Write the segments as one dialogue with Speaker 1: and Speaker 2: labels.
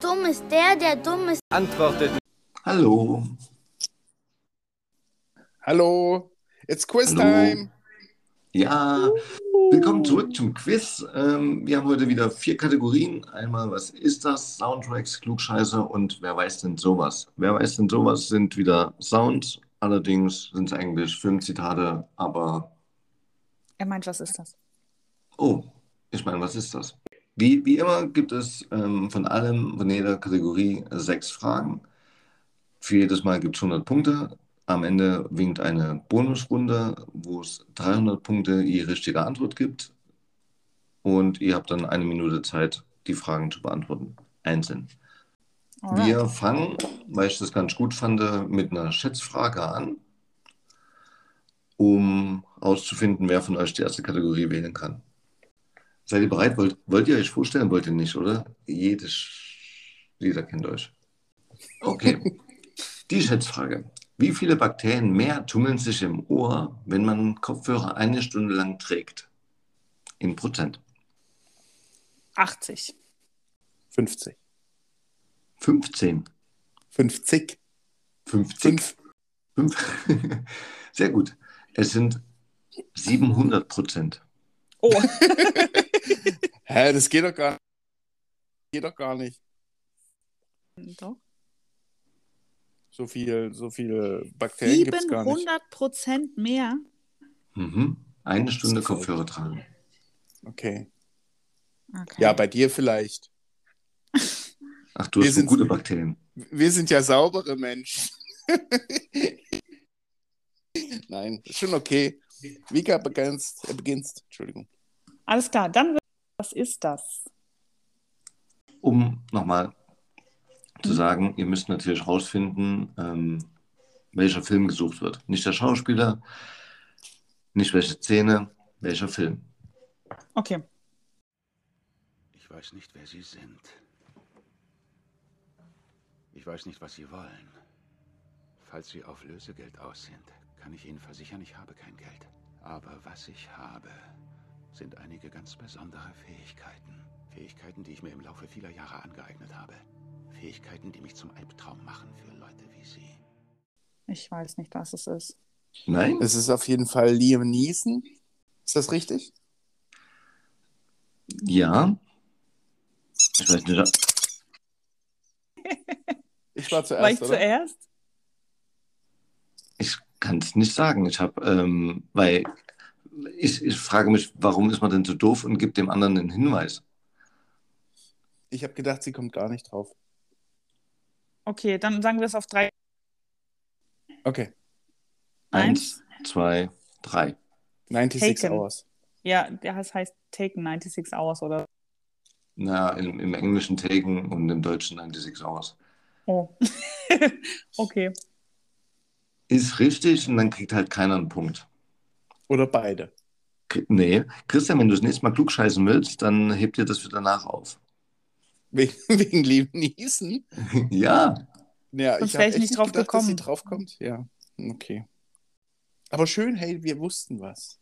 Speaker 1: Dumm ist der, der dumm ist.
Speaker 2: Antwortet
Speaker 3: Hallo.
Speaker 4: Hallo, it's quiz
Speaker 3: Hallo.
Speaker 4: time.
Speaker 3: Ja, willkommen zurück zum Quiz. Ähm, wir haben heute wieder vier Kategorien. Einmal, was ist das? Soundtracks, Klugscheiße und wer weiß denn sowas? Wer weiß denn sowas sind wieder Sounds. Allerdings sind es eigentlich Filmzitate, aber
Speaker 5: Er meint, was ist das?
Speaker 3: oh, ich meine, was ist das? Wie, wie immer gibt es ähm, von allem, von jeder Kategorie äh, sechs Fragen. Für jedes Mal gibt es 100 Punkte. Am Ende winkt eine Bonusrunde, wo es 300 Punkte je richtige Antwort gibt. Und ihr habt dann eine Minute Zeit, die Fragen zu beantworten. Einzeln.
Speaker 5: Alright.
Speaker 3: Wir fangen, weil ich das ganz gut fand, mit einer Schätzfrage an, um auszufinden, wer von euch die erste Kategorie wählen kann. Seid ihr bereit? Wollt, wollt ihr euch vorstellen? Wollt ihr nicht, oder? Jedes, jeder kennt euch. Okay. Die Schätzfrage. Wie viele Bakterien mehr tummeln sich im Ohr, wenn man Kopfhörer eine Stunde lang trägt? In Prozent.
Speaker 5: 80.
Speaker 4: 50.
Speaker 3: 15.
Speaker 4: 50.
Speaker 3: 50.
Speaker 4: 5.
Speaker 3: Fünf. Sehr gut. Es sind 700 Prozent.
Speaker 5: Oh,
Speaker 4: Hä, das geht doch gar nicht. Geht doch gar nicht.
Speaker 5: doch.
Speaker 4: So viel, so viele Bakterien gibt es gar nicht.
Speaker 5: 700 Prozent mehr.
Speaker 3: Mhm. Eine Stunde
Speaker 4: Das ist verrückt.
Speaker 3: Kopfhörer tragen.
Speaker 4: Okay.
Speaker 5: Okay.
Speaker 4: Ja, bei dir vielleicht.
Speaker 3: Ach, du
Speaker 4: Wir
Speaker 3: hast so
Speaker 4: sind-
Speaker 3: gute Bakterien.
Speaker 4: Wir sind ja saubere Menschen. Nein, ist schon okay. Vika beginnst, äh, beginnst. Entschuldigung.
Speaker 5: Alles klar, dann wird. Was ist das?
Speaker 3: Um nochmal zu sagen, ihr müsst natürlich rausfinden, ähm, welcher Film gesucht wird. Nicht der Schauspieler, nicht welche Szene, welcher Film.
Speaker 5: Okay.
Speaker 6: Ich weiß nicht, wer Sie sind. Ich weiß nicht, was Sie wollen. Falls Sie auf Lösegeld aus sind, kann ich Ihnen versichern, ich habe kein Geld. Aber was ich habe, sind einige ganz besondere Fähigkeiten. Fähigkeiten, die ich mir im Laufe vieler Jahre angeeignet habe. Fähigkeiten, die mich zum Albtraum machen für Leute wie Sie.
Speaker 5: Ich weiß nicht, was es ist.
Speaker 3: Nein?
Speaker 4: Es ist auf jeden Fall Liam Neeson. Ist das richtig?
Speaker 3: Ja. Ich weiß nicht. ob-
Speaker 4: Ich war zuerst,
Speaker 5: War ich
Speaker 4: oder?
Speaker 5: zuerst?
Speaker 3: Ich kann es nicht sagen. Ich habe, ähm, weil ich, ich frage mich, warum ist man denn so doof und gibt dem anderen einen Hinweis?
Speaker 4: Ich habe gedacht, sie kommt gar nicht drauf.
Speaker 5: Okay, dann sagen wir es auf drei.
Speaker 4: Okay.
Speaker 3: Eins, zwei, drei.
Speaker 4: 96
Speaker 5: Taken.
Speaker 4: Hours.
Speaker 5: Ja, das heißt Taken 96 Hours oder.
Speaker 3: Na, im, im Englischen Taken und im Deutschen 96 Hours.
Speaker 5: Oh. okay.
Speaker 3: Ist richtig und dann kriegt halt keiner einen Punkt.
Speaker 4: Oder beide.
Speaker 3: K- Nee. Christian, wenn du das nächste Mal klugscheißen willst, dann hebt dir das für danach auf.
Speaker 4: Wegen, wegen Liam Neeson?
Speaker 3: Ja,
Speaker 4: Ja,
Speaker 5: Sonst
Speaker 4: hab
Speaker 5: wär ich
Speaker 4: echt
Speaker 5: nicht drauf
Speaker 4: gedacht, dass sie
Speaker 5: gekommen.
Speaker 4: drauf kommt. Ja, okay. Aber schön, hey, wir wussten was.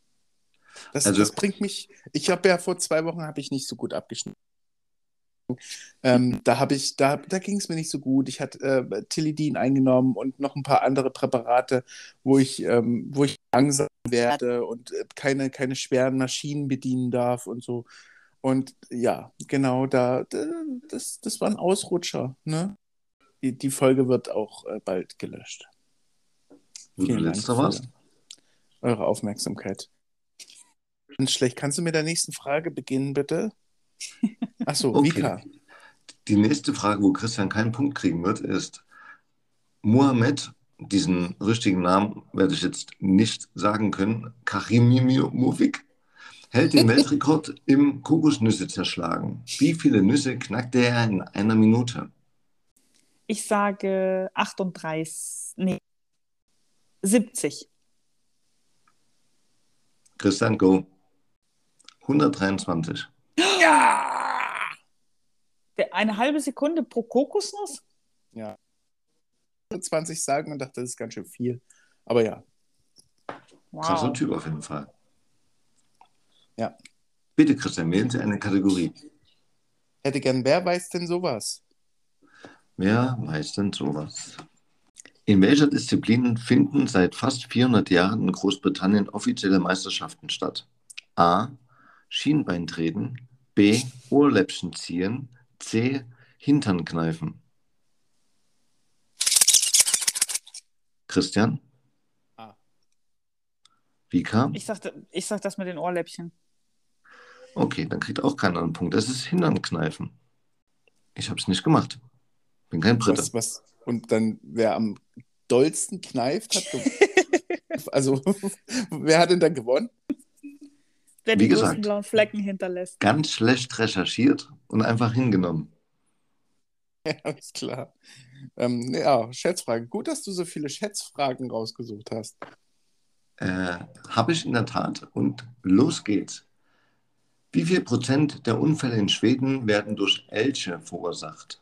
Speaker 4: Das,
Speaker 3: Also-
Speaker 4: das bringt mich. Ich habe ja vor zwei Wochen habe ich nicht so gut abgeschnitten. Ähm, da habe ich, da, da ging es mir nicht so gut. Ich hatte äh, Tilidin eingenommen und noch ein paar andere Präparate, wo ich, ähm, wo ich langsam werde und äh, keine, keine schweren Maschinen bedienen darf und so. Und ja, genau, da, da das, das war ein Ausrutscher, ne? Die, die Folge wird auch äh, bald gelöscht.
Speaker 3: wo du
Speaker 4: Vielen Dank
Speaker 3: letzter
Speaker 4: für
Speaker 3: warst.
Speaker 4: Eure Aufmerksamkeit. Ganz schlecht. Kannst du mit der nächsten Frage beginnen, bitte? Achso,
Speaker 3: Okay.
Speaker 4: Vika.
Speaker 3: Die nächste Frage, wo Christian keinen Punkt kriegen wird, ist: Mohamed, diesen richtigen Namen werde ich jetzt nicht sagen können, Karimimimovic, hält den Weltrekord im Kokosnüsse zerschlagen. Wie viele Nüsse knackte er in einer Minute?
Speaker 5: Ich sage 38. Nee. 70.
Speaker 3: Christian, go. 123.
Speaker 5: Ja! Der- Eine halbe Sekunde pro Kokosnuss?
Speaker 4: 20 sagen und dachte, das ist ganz schön viel. Aber ja,
Speaker 3: Krasser
Speaker 5: Wow.
Speaker 3: Typ auf jeden Fall.
Speaker 4: Ja.
Speaker 3: Bitte, Christian, wählen Sie eine Kategorie.
Speaker 4: hätte gern, wer weiß denn sowas?
Speaker 3: Wer weiß denn sowas? In welcher Disziplin finden seit fast 400 Jahren in Großbritannien offizielle Meisterschaften statt? A. Schienbeintreten. B. Ohrläppchen ziehen. C. Hintern kneifen. Christian?
Speaker 4: A.
Speaker 3: Vika?
Speaker 5: Ich sagte, ich sag das mit den Ohrläppchen.
Speaker 3: Okay, dann kriegt auch keiner einen Punkt. Das ist Hintern kneifen. Ich habe es nicht gemacht. Bin kein Britte.
Speaker 4: Was, was, und dann, wer am dollsten kneift, hat gewonnen. also, wer hat denn dann gewonnen?
Speaker 5: Wer
Speaker 3: Wie
Speaker 5: die
Speaker 3: gesagt.
Speaker 5: großen blauen Flecken hinterlässt.
Speaker 3: Ganz schlecht recherchiert und einfach hingenommen.
Speaker 4: Alles klar. Ähm, ja, Schätzfragen. Gut, dass du so viele Schätzfragen rausgesucht hast.
Speaker 3: Äh, Habe ich in der Tat. Und los geht's. Wie viel Prozent der Unfälle in Schweden werden durch Elche verursacht?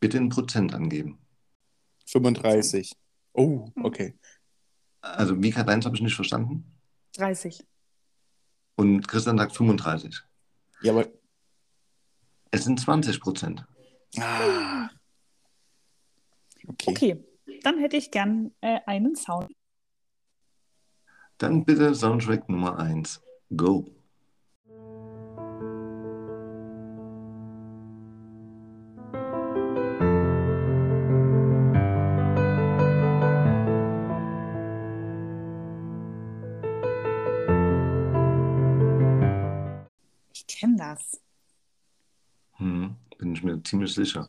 Speaker 3: Bitte in Prozent angeben.
Speaker 4: 35. Oh,
Speaker 3: Hm.
Speaker 4: okay.
Speaker 3: Also Mika, deins habe ich nicht verstanden.
Speaker 5: 30.
Speaker 3: Und Christian sagt 35.
Speaker 4: Ja, aber.
Speaker 3: Es sind 20 Prozent.
Speaker 4: Ah. Okay.
Speaker 5: Okay, dann hätte ich gern äh, einen Sound.
Speaker 3: Dann bitte Soundtrack Nummer 1. Go.
Speaker 5: Ich kenne das.
Speaker 3: Hm, bin ich mir ziemlich sicher.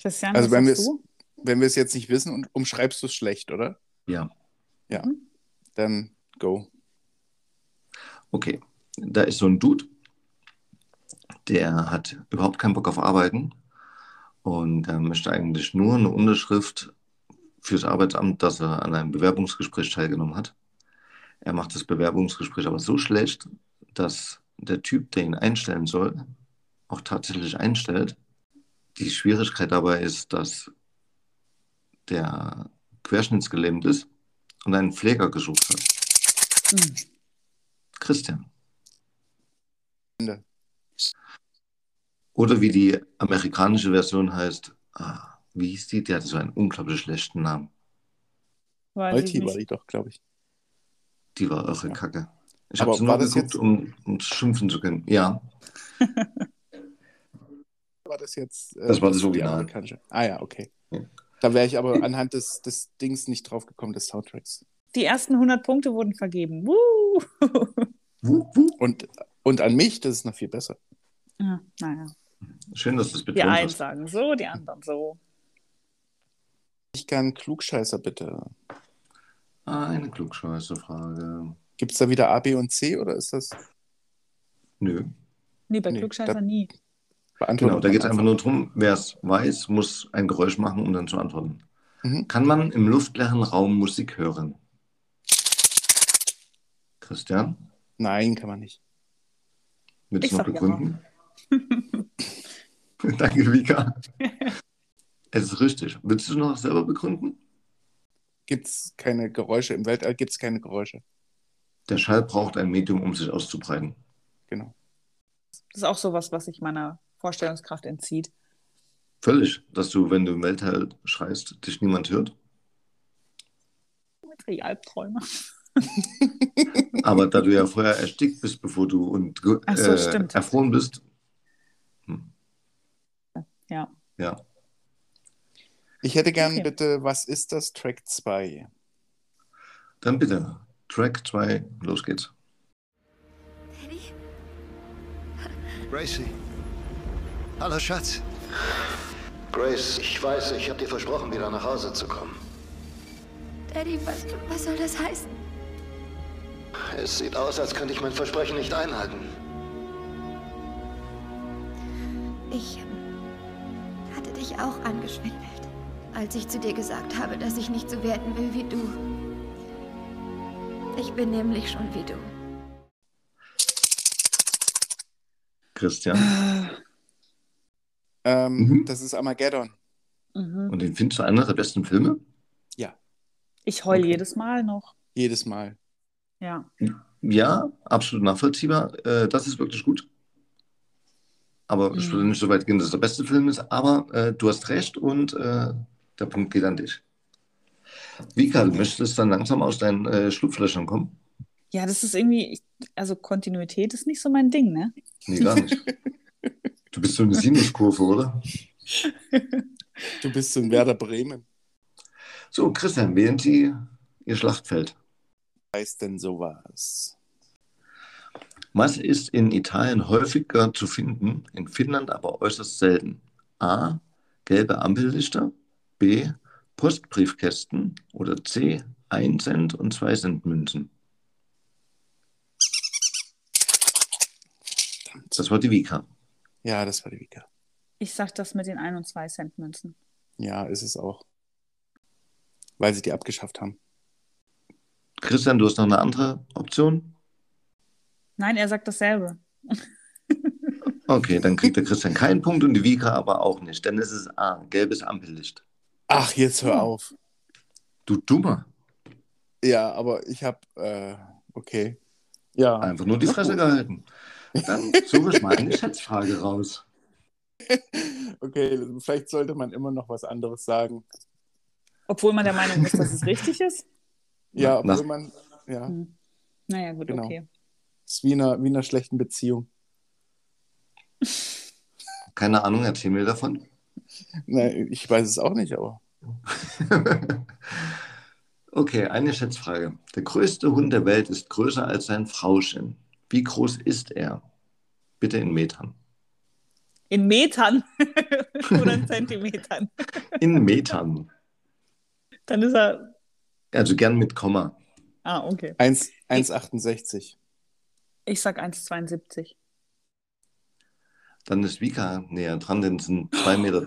Speaker 5: Christian,
Speaker 4: Also
Speaker 5: was
Speaker 4: wenn
Speaker 5: sagst
Speaker 4: wir's-
Speaker 5: du?
Speaker 4: Wenn wir es jetzt nicht wissen, und umschreibst du es schlecht, oder?
Speaker 3: Ja.
Speaker 4: Ja. Dann go.
Speaker 3: Okay, da ist so ein Dude, der hat überhaupt keinen Bock auf Arbeiten und er möchte eigentlich nur eine Unterschrift fürs Arbeitsamt, dass er an einem Bewerbungsgespräch teilgenommen hat. Er macht das Bewerbungsgespräch aber so schlecht, dass der Typ, der ihn einstellen soll, auch tatsächlich einstellt. Die Schwierigkeit dabei ist, dass der querschnittsgelähmt ist und einen Pfleger gesucht hat.
Speaker 5: Hm.
Speaker 3: Christian.
Speaker 4: Ende.
Speaker 3: Oder wie die amerikanische Version heißt, ah, wie hieß die? Die hatte so einen unglaublich schlechten Namen.
Speaker 5: Weiß ich
Speaker 4: Multi war
Speaker 5: nicht.
Speaker 4: die doch, glaube ich.
Speaker 3: Die war eure Kacke. Ich
Speaker 4: Aber
Speaker 3: habe sie
Speaker 4: war
Speaker 3: nur
Speaker 4: das
Speaker 3: geguckt,
Speaker 4: jetzt-
Speaker 3: um, um schimpfen zu können. Ja,
Speaker 4: War das jetzt. äh,
Speaker 3: Das war das
Speaker 4: die
Speaker 3: Original.
Speaker 4: amerikanische? Ah ja, okay.
Speaker 3: Ja.
Speaker 4: Da wäre ich aber anhand des, des Dings nicht drauf gekommen, des Soundtracks.
Speaker 5: Die ersten 100 Punkte wurden vergeben. Woo!
Speaker 3: Wup, wup.
Speaker 4: Und, und an mich, das ist noch viel besser.
Speaker 5: Ah, naja.
Speaker 3: schön, dass du es betont
Speaker 5: Die einen
Speaker 3: hast.
Speaker 5: sagen so, die anderen so.
Speaker 4: Ich kann Klugscheißer bitte.
Speaker 3: Eine klugscheiße Frage.
Speaker 4: Gibt es da wieder A, B und C oder ist das
Speaker 3: Nö.
Speaker 5: Nee, bei
Speaker 4: Nee,
Speaker 5: Klugscheißer
Speaker 4: da-
Speaker 5: nie.
Speaker 3: Genau,
Speaker 4: beantwortet?
Speaker 3: da geht es einfach nur darum, wer es weiß, muss ein Geräusch machen, um dann zu antworten.
Speaker 4: Mhm.
Speaker 3: Kann man im luftleeren Raum Musik hören? Christian,
Speaker 4: Nein, kann man nicht.
Speaker 3: willst du
Speaker 5: Ich
Speaker 3: noch
Speaker 5: sag ja.
Speaker 3: begründen? Danke, Vika. es ist richtig. Willst du noch selber begründen?
Speaker 4: Gibt es keine Geräusche im Weltall? Gibt es keine Geräusche?
Speaker 3: Der Schall braucht ein Medium, um sich auszubreiten.
Speaker 4: Genau.
Speaker 5: Das ist auch sowas, was sich meiner Vorstellungskraft entzieht.
Speaker 3: Völlig, dass du, wenn du im Weltall schreist, dich niemand hört.
Speaker 5: Mit Albträume.
Speaker 3: Aber da du ja vorher erstickt bist, bevor du und ge-
Speaker 5: Ach so,
Speaker 3: äh,
Speaker 5: stimmt.
Speaker 3: erfroren bist.
Speaker 5: Ja.
Speaker 3: Ja.
Speaker 4: Ich hätte gern
Speaker 5: Okay.
Speaker 4: bitte, was ist das Track 2?
Speaker 3: Dann bitte. Track 2, los geht's.
Speaker 1: Daddy?
Speaker 2: Gracie. Hallo, Schatz. Grace, ich weiß, ich habe dir versprochen, wieder nach Hause zu kommen.
Speaker 1: Daddy, was, was soll das heißen?
Speaker 2: Es sieht aus, als könnte ich mein Versprechen nicht einhalten.
Speaker 7: Ich ähm, hatte dich auch angeschwindelt, als ich zu dir gesagt habe, dass ich nicht so werden will wie du. Ich bin nämlich schon wie du.
Speaker 5: Ah.
Speaker 3: Christian.
Speaker 4: Ah. Ähm,
Speaker 3: Mhm.
Speaker 4: Das ist Armageddon.
Speaker 5: Mhm.
Speaker 3: Und den findest du einer der besten Filme?
Speaker 5: Ich heule
Speaker 3: Okay.
Speaker 5: jedes Mal noch.
Speaker 4: Jedes Mal.
Speaker 5: Ja.
Speaker 3: Ja, absolut nachvollziehbar. Äh, das ist wirklich gut. Aber ich würde nicht so weit gehen, dass es der beste Film ist. Aber äh, du hast recht und äh, der Punkt geht an dich. Vika, du möchtest dann langsam aus deinen äh, Schlupflöchern kommen?
Speaker 5: Ja, das ist irgendwie, ich, also Kontinuität ist nicht so mein Ding, ne?
Speaker 3: Nee, gar nicht. Du bist so eine Sinuskurve, oder?
Speaker 4: Du bist so ein Werder Bremen.
Speaker 3: So, Christian, wählen Sie Ihr Schlachtfeld.
Speaker 4: Heißt denn sowas?
Speaker 3: Was ist in Italien häufiger zu finden, in Finnland aber äußerst selten? A. Gelbe Ampellichter. B. Postbriefkästen. Oder C. 1 Cent und 2 Cent Münzen. Das war die Vika.
Speaker 4: Ja, das war die Vika.
Speaker 5: Ich sag das mit den 1 und 2 Cent Münzen.
Speaker 4: Ja, ist es auch. Weil sie die abgeschafft haben.
Speaker 3: Christian, du hast noch eine andere Option?
Speaker 5: Nein, er sagt dasselbe.
Speaker 3: Okay, dann kriegt der Christian keinen Punkt und die Vika aber auch nicht. Denn es ist A. Gelbes Ampellicht.
Speaker 4: Ach, jetzt hör auf.
Speaker 3: Du Dummer.
Speaker 4: Ja, aber ich hab, äh, okay. Ja.
Speaker 3: Einfach nur die Fresse gehalten. Dann suche ich mal eine Schätzfrage raus.
Speaker 4: Okay, vielleicht sollte man immer noch was anderes sagen.
Speaker 5: Obwohl man der Meinung ist, dass es richtig ist.
Speaker 4: Ja,
Speaker 3: Na-
Speaker 4: obwohl
Speaker 3: nach-
Speaker 4: man, ja,
Speaker 5: Hm. Naja, gut,
Speaker 4: Genau.
Speaker 5: okay.
Speaker 4: ist wie in einer, wie in einer schlechten Beziehung.
Speaker 3: Keine Ahnung, erzähl mir davon.
Speaker 4: Nein, ich weiß es auch nicht, aber.
Speaker 3: okay, eine Schätzfrage. Der größte Hund der Welt ist größer als sein Frauchen. Wie groß ist er? Bitte in Metern.
Speaker 5: In Metern oder in Zentimetern.
Speaker 3: In Metern.
Speaker 5: Dann ist er.
Speaker 3: Also gern mit Komma.
Speaker 5: Ah, okay.
Speaker 4: 1 1,68.
Speaker 5: Ich sag 1,72.
Speaker 3: Dann ist Vika näher dran, denn es sind 2,30 Meter.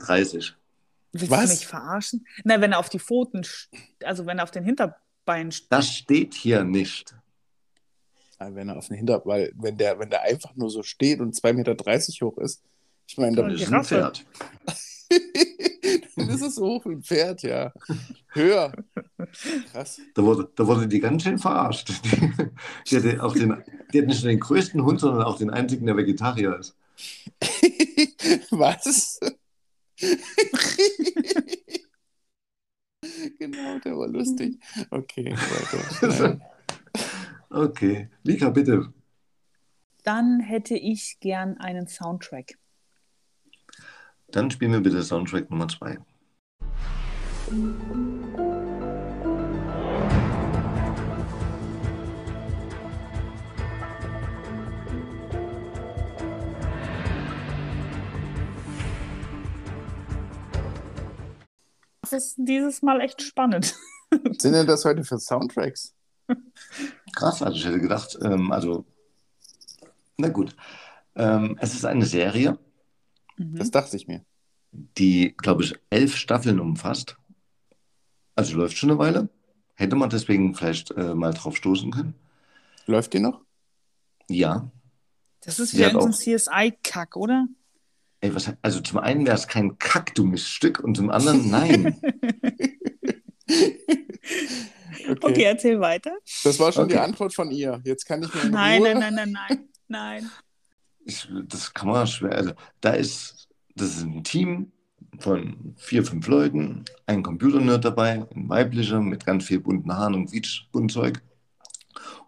Speaker 5: Willst
Speaker 4: Was?
Speaker 5: du mich verarschen? Nein, wenn er auf die Pfoten, st- also wenn er auf den Hinterbeinen steht.
Speaker 3: Das steht hier nicht.
Speaker 4: Ah, Wenn er auf den Hinter, weil wenn der, wenn der einfach nur so steht und 2,30 Meter hoch ist, ich meine,
Speaker 3: Dann
Speaker 4: dann,
Speaker 5: Und
Speaker 3: ist es ein
Speaker 5: Giraffe.
Speaker 3: Pferd.
Speaker 4: dann ist es so hoch wie ein Pferd, ja. Höher. Krass.
Speaker 3: Da wurde, da wurde die ganz schön verarscht. Die, die, hatte auch den, die hat nicht nur den größten Hund, sondern auch den einzigen, der Vegetarier ist.
Speaker 4: Was? genau, der war lustig. Okay, Äh, weiter.
Speaker 3: Okay. Lika, bitte.
Speaker 5: Dann hätte ich gern einen Soundtrack.
Speaker 3: Dann spielen wir bitte Soundtrack Nummer 2.
Speaker 5: Das ist dieses Mal echt spannend.
Speaker 4: Sind denn das heute für Soundtracks?
Speaker 3: Krass, also ich hätte gedacht, ähm, also, na gut. Ähm, es ist eine Serie,
Speaker 5: Hm?
Speaker 4: Das dachte ich mir.
Speaker 3: die, glaube ich, elf Staffeln umfasst. Also läuft schon eine Weile. Hätte man deswegen vielleicht äh, mal drauf stoßen können.
Speaker 4: Läuft die noch?
Speaker 3: Ja.
Speaker 5: Das ist
Speaker 3: Sie
Speaker 5: wieder
Speaker 3: hat
Speaker 5: irgendein
Speaker 3: auch-
Speaker 5: CSI-Kack, oder?
Speaker 3: Ey, was, also zum einen wäre es kein Kack, du Miststück, und zum anderen nein.
Speaker 4: Okay.
Speaker 5: Okay, erzähl weiter.
Speaker 4: Das war schon die
Speaker 3: Okay.
Speaker 4: Antwort von ihr. Jetzt kann ich mir in
Speaker 5: Nein,
Speaker 4: Ruhe...
Speaker 5: nein, nein, nein, nein, nein.
Speaker 3: ich, das kann man schwer. Also, da ist, das ist ein Team von vier, fünf Leuten, ein Computernerd dabei, ein weiblicher mit ganz viel bunten Haaren und Quietsch und Zeug.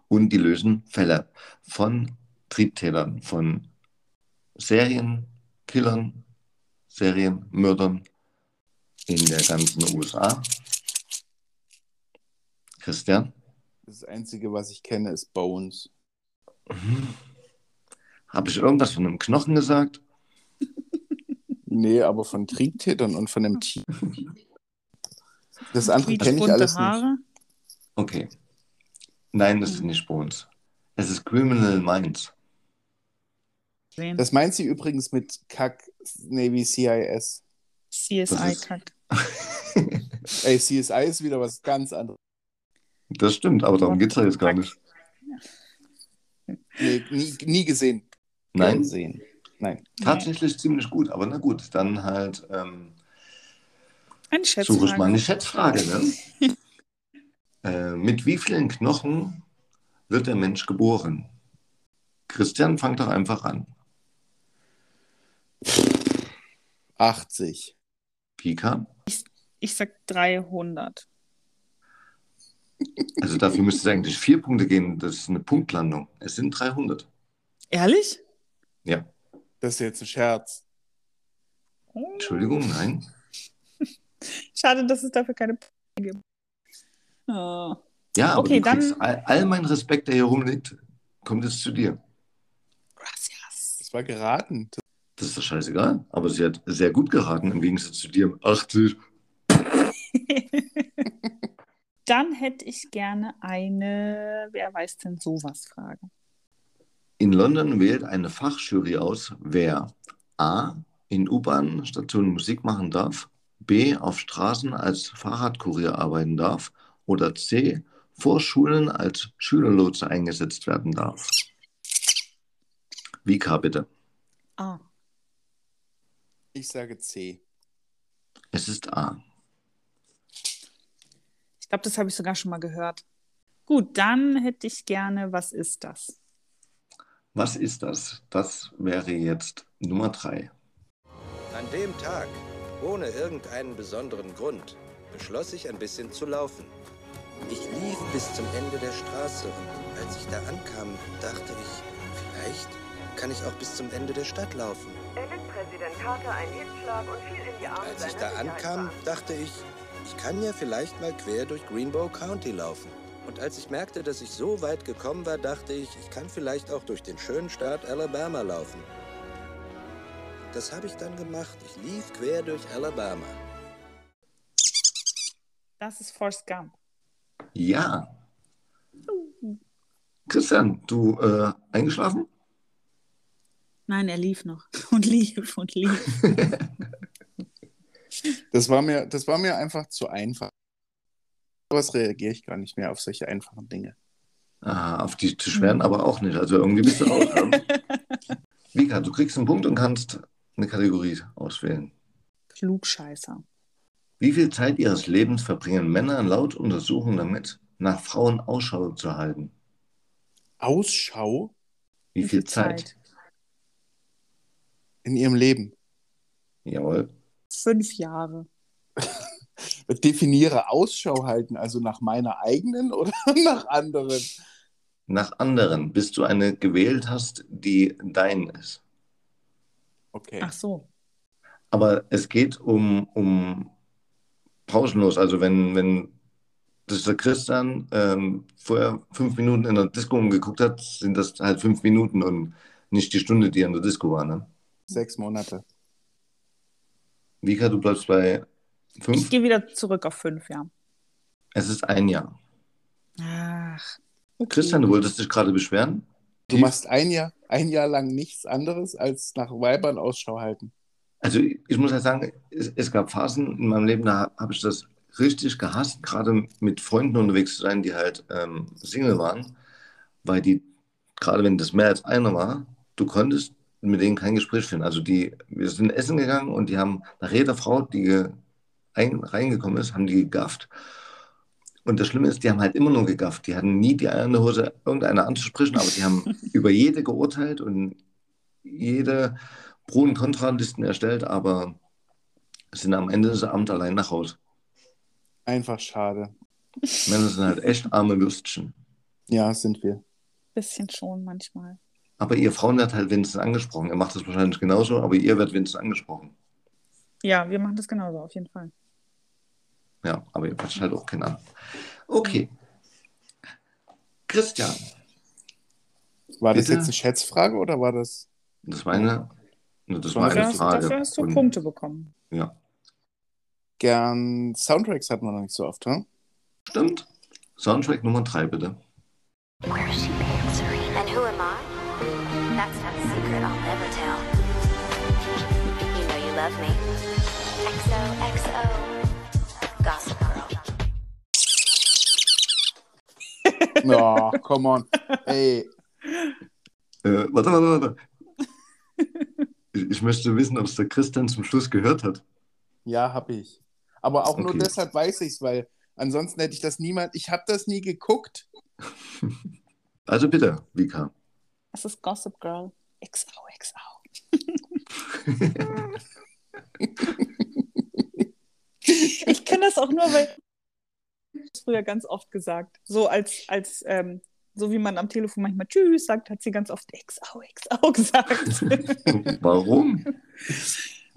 Speaker 3: Und die lösen Fälle von Triebtätern, von Serienkillern, Serienmördern in der ganzen USA. Christian?
Speaker 4: Das Einzige, was ich kenne, ist Bones.
Speaker 3: Habe ich irgendwas von einem Knochen gesagt?
Speaker 4: Nee, aber von Triebtätern und von dem Team. Das andere
Speaker 5: Quietsch-
Speaker 4: kenne ich
Speaker 5: bunte
Speaker 4: alles nicht.
Speaker 5: Haare.
Speaker 3: Okay. Nein, das ist nicht Bones. Es ist Criminal Minds.
Speaker 5: Sehen.
Speaker 4: Das meint sie übrigens mit Kack Navy CIS.
Speaker 5: CSI-Kack.
Speaker 4: Ey, CSI ist wieder was ganz anderes.
Speaker 3: Das stimmt, aber darum geht es ja jetzt gar nicht.
Speaker 4: Nee, nie, nie gesehen.
Speaker 3: Nein,
Speaker 4: Gesehen. Nein.
Speaker 3: tatsächlich ziemlich gut, aber na gut, dann halt ähm,
Speaker 5: Ein
Speaker 3: suche ich mal
Speaker 5: Schätzfrage.
Speaker 3: eine Schätzfrage. Ne? äh, mit wie vielen Knochen wird der Mensch geboren? Christian, fang doch einfach an.
Speaker 4: 80.
Speaker 3: Pika?
Speaker 5: Ich sag 300.
Speaker 3: Also dafür müsste es eigentlich vier Punkte gehen. Das ist eine Punktlandung. Es sind 300.
Speaker 5: Ehrlich?
Speaker 4: Das ist jetzt ein Scherz.
Speaker 5: Oh,
Speaker 3: Entschuldigung, nein.
Speaker 5: Schade, dass es dafür keine Punkte gibt. Ah.
Speaker 3: Ja, aber
Speaker 5: Okay,
Speaker 3: du
Speaker 5: dann-
Speaker 3: kriegst all, all mein Respekt, der hier rumliegt, kommt jetzt zu dir.
Speaker 5: gracias.
Speaker 4: Das war geraten. Das-
Speaker 3: Das ist doch scheißegal. Aber sie hat sehr gut geraten im Gegensatz zu dir. 80.
Speaker 5: Dann hätte ich gerne eine, wer weiß denn sowas, Frage.
Speaker 3: In London wählt eine Fachjury aus, wer A. in U-Bahn-Stationen Musik machen darf, B. auf Straßen als Fahrradkurier arbeiten darf oder C. vor Schulen als Schülerlotse eingesetzt werden darf. Vika, bitte.
Speaker 5: Ah,
Speaker 4: Ich sage C.
Speaker 3: Es ist A.
Speaker 5: ich glaube, das habe ich sogar schon mal gehört. Gut, dann hätte ich gerne, was ist das?
Speaker 3: Was ist das? Das wäre jetzt Nummer 3.
Speaker 8: An dem Tag, ohne irgendeinen besonderen Grund, beschloss ich ein bisschen zu laufen. Ich lief bis zum Ende der Straße und als ich da ankam, dachte ich, vielleicht kann ich auch bis zum Ende der Stadt laufen.
Speaker 9: Er litt Präsident Carter einen Hitzschlag und fiel in die Arme
Speaker 8: Als ich da
Speaker 9: seiner
Speaker 8: ankam,
Speaker 9: Sicherheitsbeamten.
Speaker 8: dachte ich, ich kann ja vielleicht mal quer durch Greenbow County laufen. Und als ich merkte, dass ich so weit gekommen war, dachte ich, ich kann vielleicht auch durch den schönen Staat Alabama laufen. Das habe ich dann gemacht. Ich lief quer durch Alabama.
Speaker 5: Das ist Forrest Gump.
Speaker 3: Ja. Christian, du äh, eingeschlafen?
Speaker 5: Nein, er lief noch. Und lief und lief.
Speaker 4: Das war mir, das war mir einfach zu einfach. Sowas reagiere ich gar nicht mehr auf solche einfachen Dinge.
Speaker 3: Ah, auf die zu schweren aber auch nicht. Also irgendwie bist du raus. oder? Vika, du kriegst einen Punkt und kannst eine Kategorie auswählen.
Speaker 5: Klugscheißer.
Speaker 3: Wie viel Zeit ihres Lebens verbringen Männer laut Untersuchung damit, nach Frauen Ausschau zu halten?
Speaker 4: Ausschau
Speaker 3: Wie viel Zeit?
Speaker 4: in ihrem Leben.
Speaker 3: Jawohl.
Speaker 5: Fünf Jahre.
Speaker 4: Definiere Ausschau halten, also nach meiner eigenen oder nach anderen.
Speaker 3: Nach anderen, bis du eine gewählt hast, die dein ist.
Speaker 4: Okay.
Speaker 5: Ach so.
Speaker 3: Aber es geht um, um pausenlos. Also wenn, wenn das der Christian ähm, vorher fünf Minuten in der Disco umgeguckt hat, sind das halt fünf Minuten und nicht die Stunde, die er in der Disco war. Ne?
Speaker 4: Sechs Monate.
Speaker 3: Vika, du bleibst bei
Speaker 5: Ich
Speaker 3: fünf.
Speaker 5: gehe wieder zurück auf fünf, ja.
Speaker 3: Es ist ein Jahr.
Speaker 5: Ach. Okay.
Speaker 3: Christian, du wolltest dich gerade beschweren?
Speaker 4: Du machst ein Jahr, ein Jahr lang nichts anderes als nach Weibern Ausschau halten.
Speaker 3: Also ich ich muss halt sagen, es, es gab Phasen in meinem Leben, da habe ich das richtig gehasst, gerade mit Freunden unterwegs zu sein, die halt ähm, Single waren, weil die, gerade wenn das mehr als einer war, du konntest mit denen kein Gespräch führen. Also die, wir sind essen gegangen und die haben nach jeder Frau, die ge- ein, reingekommen ist, haben die gegafft. Und das Schlimme ist, die haben halt immer nur gegafft. Die hatten nie die Eier in der Hose, irgendeiner anzusprechen, aber die haben über jede geurteilt und jede Pro- und Kontralisten erstellt, aber sind am Ende des Abends allein nach Hause.
Speaker 4: Einfach schade.
Speaker 3: Männer sind halt echt arme Würstchen.
Speaker 4: Ja, sind wir.
Speaker 5: Bisschen schon manchmal.
Speaker 3: Aber ihr Frauen werdet halt wenigstens angesprochen. Ihr macht das wahrscheinlich genauso, aber ihr werdet wenigstens angesprochen.
Speaker 5: Ja, wir machen das genauso, auf jeden Fall.
Speaker 3: Ja, aber ihr quatscht halt auch keinen an. Okay. Christian,
Speaker 4: War das
Speaker 3: Bitte?
Speaker 4: jetzt eine Schätzfrage oder war das?
Speaker 3: das war eine, ne, das war
Speaker 5: Dafür
Speaker 3: eine
Speaker 5: hast,
Speaker 3: Frage.
Speaker 5: dafür hast du
Speaker 3: Und-
Speaker 5: Punkte bekommen.
Speaker 3: Ja.
Speaker 4: Gern Soundtracks hatten wir noch nicht so oft, hm?
Speaker 3: Stimmt. Soundtrack Nummer 3, bitte.
Speaker 7: And who am I? That's not a secret I'll never tell. You know you love me. XOXO. Gossip Girl.
Speaker 4: Ja, come on. Ey,
Speaker 3: Äh, warte, warte, warte. Ich, ich möchte wissen, ob es der Christian zum Schluss gehört hat.
Speaker 4: ja, hab ich. Aber auch nur
Speaker 3: Okay.
Speaker 4: deshalb weiß ich's, weil ansonsten hätte ich das niemand. Ich hab das nie geguckt.
Speaker 3: Also bitte, Vika.
Speaker 5: Das ist Gossip Girl. XOXO. Ich kenne das auch nur, weil ich das früher ganz oft gesagt. So als, als ähm, so wie man am Telefon manchmal Tschüss sagt, hat sie ganz oft XO, XO gesagt.
Speaker 3: Warum?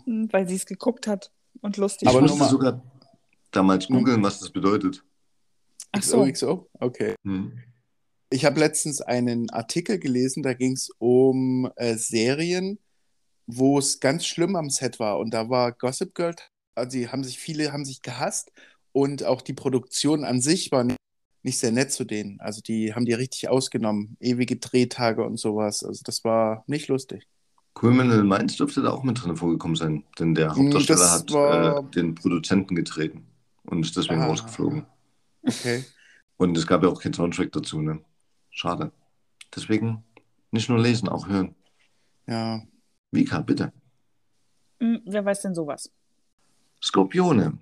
Speaker 5: weil sie es geguckt hat und
Speaker 3: Ich
Speaker 5: lustig
Speaker 4: Aber nur
Speaker 5: fand.
Speaker 3: musste
Speaker 4: mal- Hm.
Speaker 3: sogar damals googeln, was das bedeutet.
Speaker 5: Ach so.
Speaker 4: XOXO? Okay.
Speaker 3: Hm.
Speaker 4: Ich habe letztens einen Artikel gelesen, da ging es um äh, Serien, wo es ganz schlimm am Set war. Und da war Gossip Girl, also die haben sich, viele haben sich gehasst und auch die Produktion an sich war nicht sehr nett zu denen. Also die haben die richtig ausgenommen. Ewige Drehtage und sowas. Also das war nicht lustig.
Speaker 3: Criminal Minds dürfte da auch mit drin vorgekommen sein, denn der
Speaker 4: Hm,
Speaker 3: Hauptdarsteller
Speaker 4: das
Speaker 3: hat
Speaker 4: war-
Speaker 3: äh, den Produzenten getreten und ist deswegen
Speaker 4: Ah.
Speaker 3: rausgeflogen.
Speaker 4: Okay.
Speaker 3: Und es gab ja auch keinen Soundtrack dazu, ne? Schade. Deswegen nicht nur lesen, auch hören.
Speaker 4: Ja.
Speaker 3: Vika, bitte.
Speaker 5: Hm, Wer weiß denn sowas?
Speaker 3: Skorpione.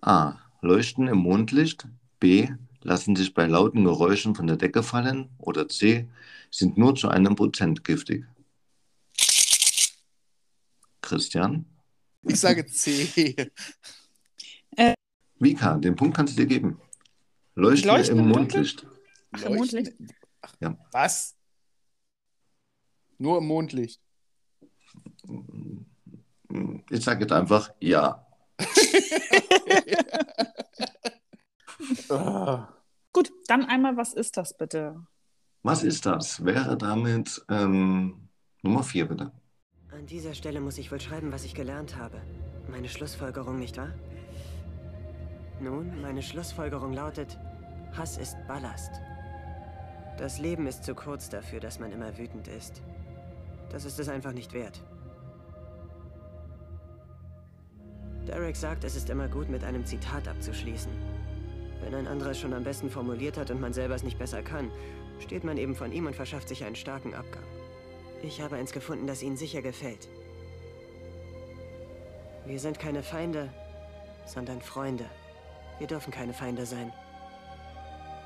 Speaker 3: A. Leuchten im Mondlicht. B. Lassen sich bei lauten Geräuschen von der Decke fallen. Oder C. Sind nur zu einem Prozent giftig. Christian?
Speaker 4: Ich sage C.
Speaker 3: Vika, den Punkt kannst du dir geben. Leuchten,
Speaker 5: Leuchten
Speaker 3: im
Speaker 5: im
Speaker 3: Mondlicht.
Speaker 5: Ach, im Mondlicht?
Speaker 4: Ach,
Speaker 3: Ja.
Speaker 4: Was? Nur im Mondlicht.
Speaker 3: Ich sage jetzt einfach ja.
Speaker 4: Ah.
Speaker 5: Gut, dann einmal, was ist das bitte?
Speaker 3: Was ist das? Wäre damit ähm, Nummer 4 bitte.
Speaker 9: An dieser Stelle muss ich wohl schreiben, was ich gelernt habe. Meine Schlussfolgerung, nicht wahr? Nun, meine Schlussfolgerung lautet, Hass ist Ballast. Das Leben ist zu kurz dafür, dass man immer wütend ist. Das ist es einfach nicht wert. Derek sagt, es ist immer gut, mit einem Zitat abzuschließen. Wenn ein anderer es schon am besten formuliert hat und man selber es nicht besser kann, steht man eben von ihm und verschafft sich einen starken Abgang. Ich habe eins gefunden, das Ihnen sicher gefällt. Wir sind keine Feinde, sondern Freunde. Wir dürfen keine Feinde sein.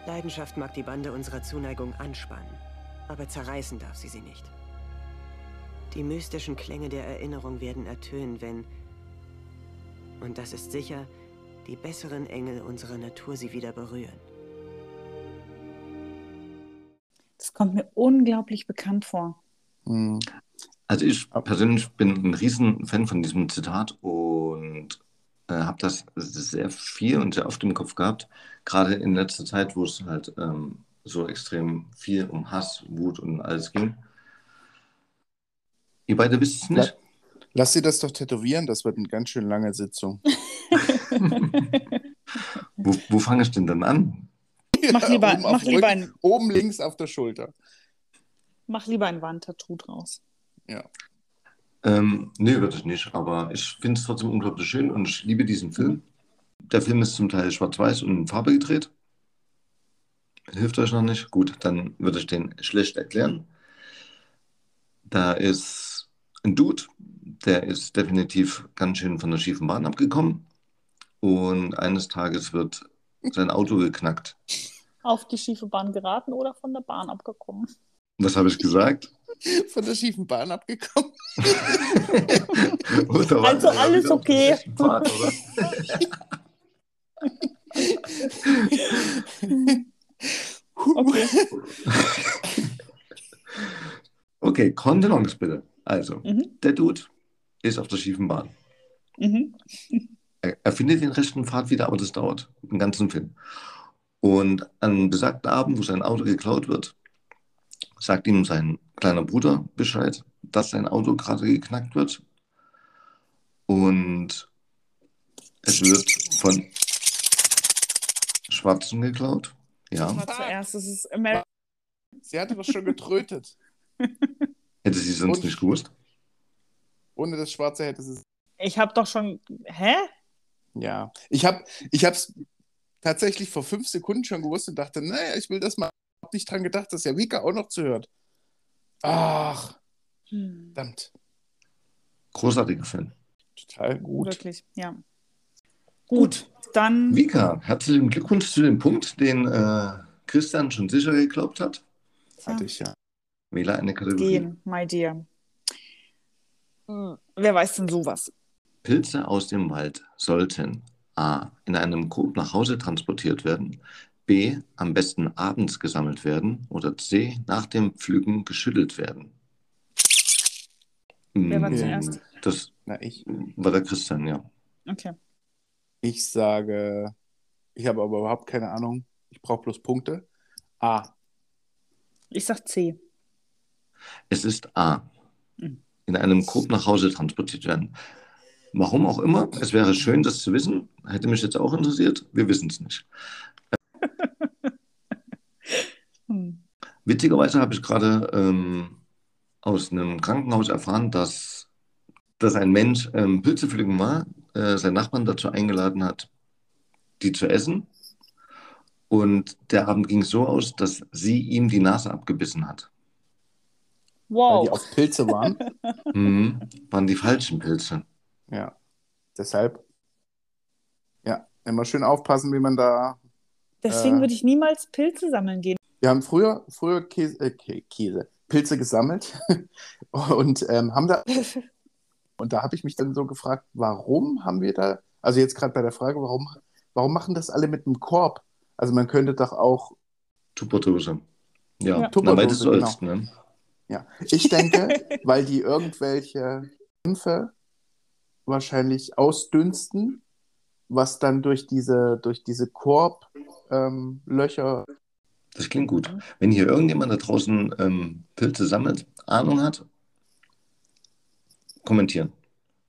Speaker 9: Leidenschaft mag die Bande unserer Zuneigung anspannen, aber zerreißen darf sie sie nicht. Die mystischen Klänge der Erinnerung werden ertönen, wenn, und das ist sicher, die besseren Engel unserer Natur sie wieder berühren.
Speaker 5: Das kommt mir unglaublich bekannt vor.
Speaker 4: Hm.
Speaker 3: Also ich persönlich bin ein riesen Fan von diesem Zitat und äh, habe das sehr viel und sehr oft im Kopf gehabt. Gerade in letzter Zeit, wo es halt ähm, so extrem viel um Hass, Wut und alles ging. Ihr beide wisst es nicht.
Speaker 4: Lass dir das doch tätowieren, das wird eine ganz schön lange Sitzung.
Speaker 3: Wo, wo fange ich denn dann an?
Speaker 5: Mach lieber,
Speaker 4: Oben auf
Speaker 5: mach
Speaker 4: dem
Speaker 5: lieber,
Speaker 4: Rücken,
Speaker 5: ein,
Speaker 4: Oben links auf der Schulter.
Speaker 5: mach lieber ein Wandtattoo draus.
Speaker 3: Ähm, nee, würde ich nicht, aber ich finde es trotzdem unglaublich schön und ich liebe diesen Film. Der Film ist zum Teil schwarz-weiß und in Farbe gedreht. Hilft euch noch nicht? Gut, dann würde ich den schlecht erklären. Da ist ein Dude, der ist definitiv ganz schön von der schiefen Bahn abgekommen und eines Tages wird sein Auto geknackt.
Speaker 5: Auf die schiefe Bahn geraten oder von der Bahn abgekommen.
Speaker 3: Was habe ich gesagt?
Speaker 4: Von der schiefen Bahn abgekommen.
Speaker 3: Oder war
Speaker 5: Also
Speaker 3: er wieder
Speaker 5: alles
Speaker 3: auf der
Speaker 5: okay.
Speaker 3: schlechten Fahrt, oder?
Speaker 5: Okay.
Speaker 3: Okay, Kontenance bitte. Also,
Speaker 5: Mhm.
Speaker 3: der Dude ist auf der schiefen Bahn.
Speaker 5: Mhm.
Speaker 3: Er, er findet den rechten Pfad wieder, aber das dauert den ganzen Film. Und an besagten Abend, wo sein Auto geklaut wird, sagt ihm sein kleiner Bruder Bescheid, dass sein Auto gerade geknackt wird. Und es wird von Schwarzen geklaut. Ja,
Speaker 5: Mal zuerst, es ist American
Speaker 4: Sie hatte doch schon getrötet.
Speaker 3: hätte sie sonst
Speaker 4: Und-
Speaker 3: nicht gewusst.
Speaker 4: Ohne das Schwarze hätte sie es.
Speaker 5: Ich habe doch schon. Hä?
Speaker 4: Ja. Ich habe ich hab's tatsächlich vor fünf Sekunden schon gewusst und dachte, naja, ich will das mal. Hab nicht dran gedacht, dass ja Vika auch noch zuhört. Ach,
Speaker 5: Hm.
Speaker 4: verdammt.
Speaker 3: Großartiger Film.
Speaker 4: Total gut.
Speaker 5: Wirklich, ja. Gut, dann.
Speaker 3: Vika, herzlichen Glückwunsch zu dem Punkt, den äh, Christian schon sicher geglaubt hat.
Speaker 4: Hatte ich ja.
Speaker 3: Wähle eine Kategorie.
Speaker 5: Gehen, my dear. Hm, Wer weiß denn sowas?
Speaker 3: Pilze aus dem Wald sollten a. in einem Krug nach Hause transportiert werden, b. am besten abends gesammelt werden oder c. nach dem Pflücken geschüttelt werden.
Speaker 5: Wer war
Speaker 3: Mm,
Speaker 5: zuerst?
Speaker 3: Das
Speaker 4: Na, ich,
Speaker 3: war der Christian, ja.
Speaker 5: Okay.
Speaker 4: ich sage, ich habe aber überhaupt keine Ahnung. Ich brauche bloß Punkte. A.
Speaker 5: Ich sag C.
Speaker 3: Es ist A.
Speaker 5: Mhm.
Speaker 3: In einem Krug nach Hause transportiert werden. Warum auch immer, es wäre schön, das zu wissen. Hätte mich jetzt auch interessiert. Wir wissen es nicht.
Speaker 5: Hm.
Speaker 3: Witzigerweise habe ich gerade ähm, aus einem Krankenhaus erfahren, dass, dass ein Mensch ähm, Pilze pflücken war, äh, sein Nachbarn dazu eingeladen hat, die zu essen. Und der Abend ging so aus, dass sie ihm die Nase abgebissen hat.
Speaker 4: Weil die
Speaker 5: Wow.
Speaker 4: auf Pilze waren.
Speaker 3: Mhm. Waren die falschen Pilze.
Speaker 4: ja. Deshalb. Ja, immer schön aufpassen, wie man da
Speaker 5: Deswegen
Speaker 4: äh,
Speaker 5: würde ich niemals Pilze sammeln gehen.
Speaker 4: Wir haben früher, früher Käse, äh, Kä- Käse, Pilze gesammelt und ähm, haben da und da habe ich mich dann so gefragt, warum haben wir da, also jetzt gerade bei der Frage, warum, warum machen das alle mit einem Korb? Also man könnte doch auch,
Speaker 3: Tupperdose. Ja,
Speaker 5: Ja.
Speaker 3: Na, weil du
Speaker 4: Tupperdose,
Speaker 3: sollst, ne?
Speaker 4: ja, ich denke, weil die irgendwelche Impfe wahrscheinlich ausdünsten, was dann durch diese, durch diese Korblöcher ähm, Löcher
Speaker 3: Das klingt gut. Wenn hier irgendjemand da draußen ähm, Pilze sammelt, Ahnung hat, kommentieren.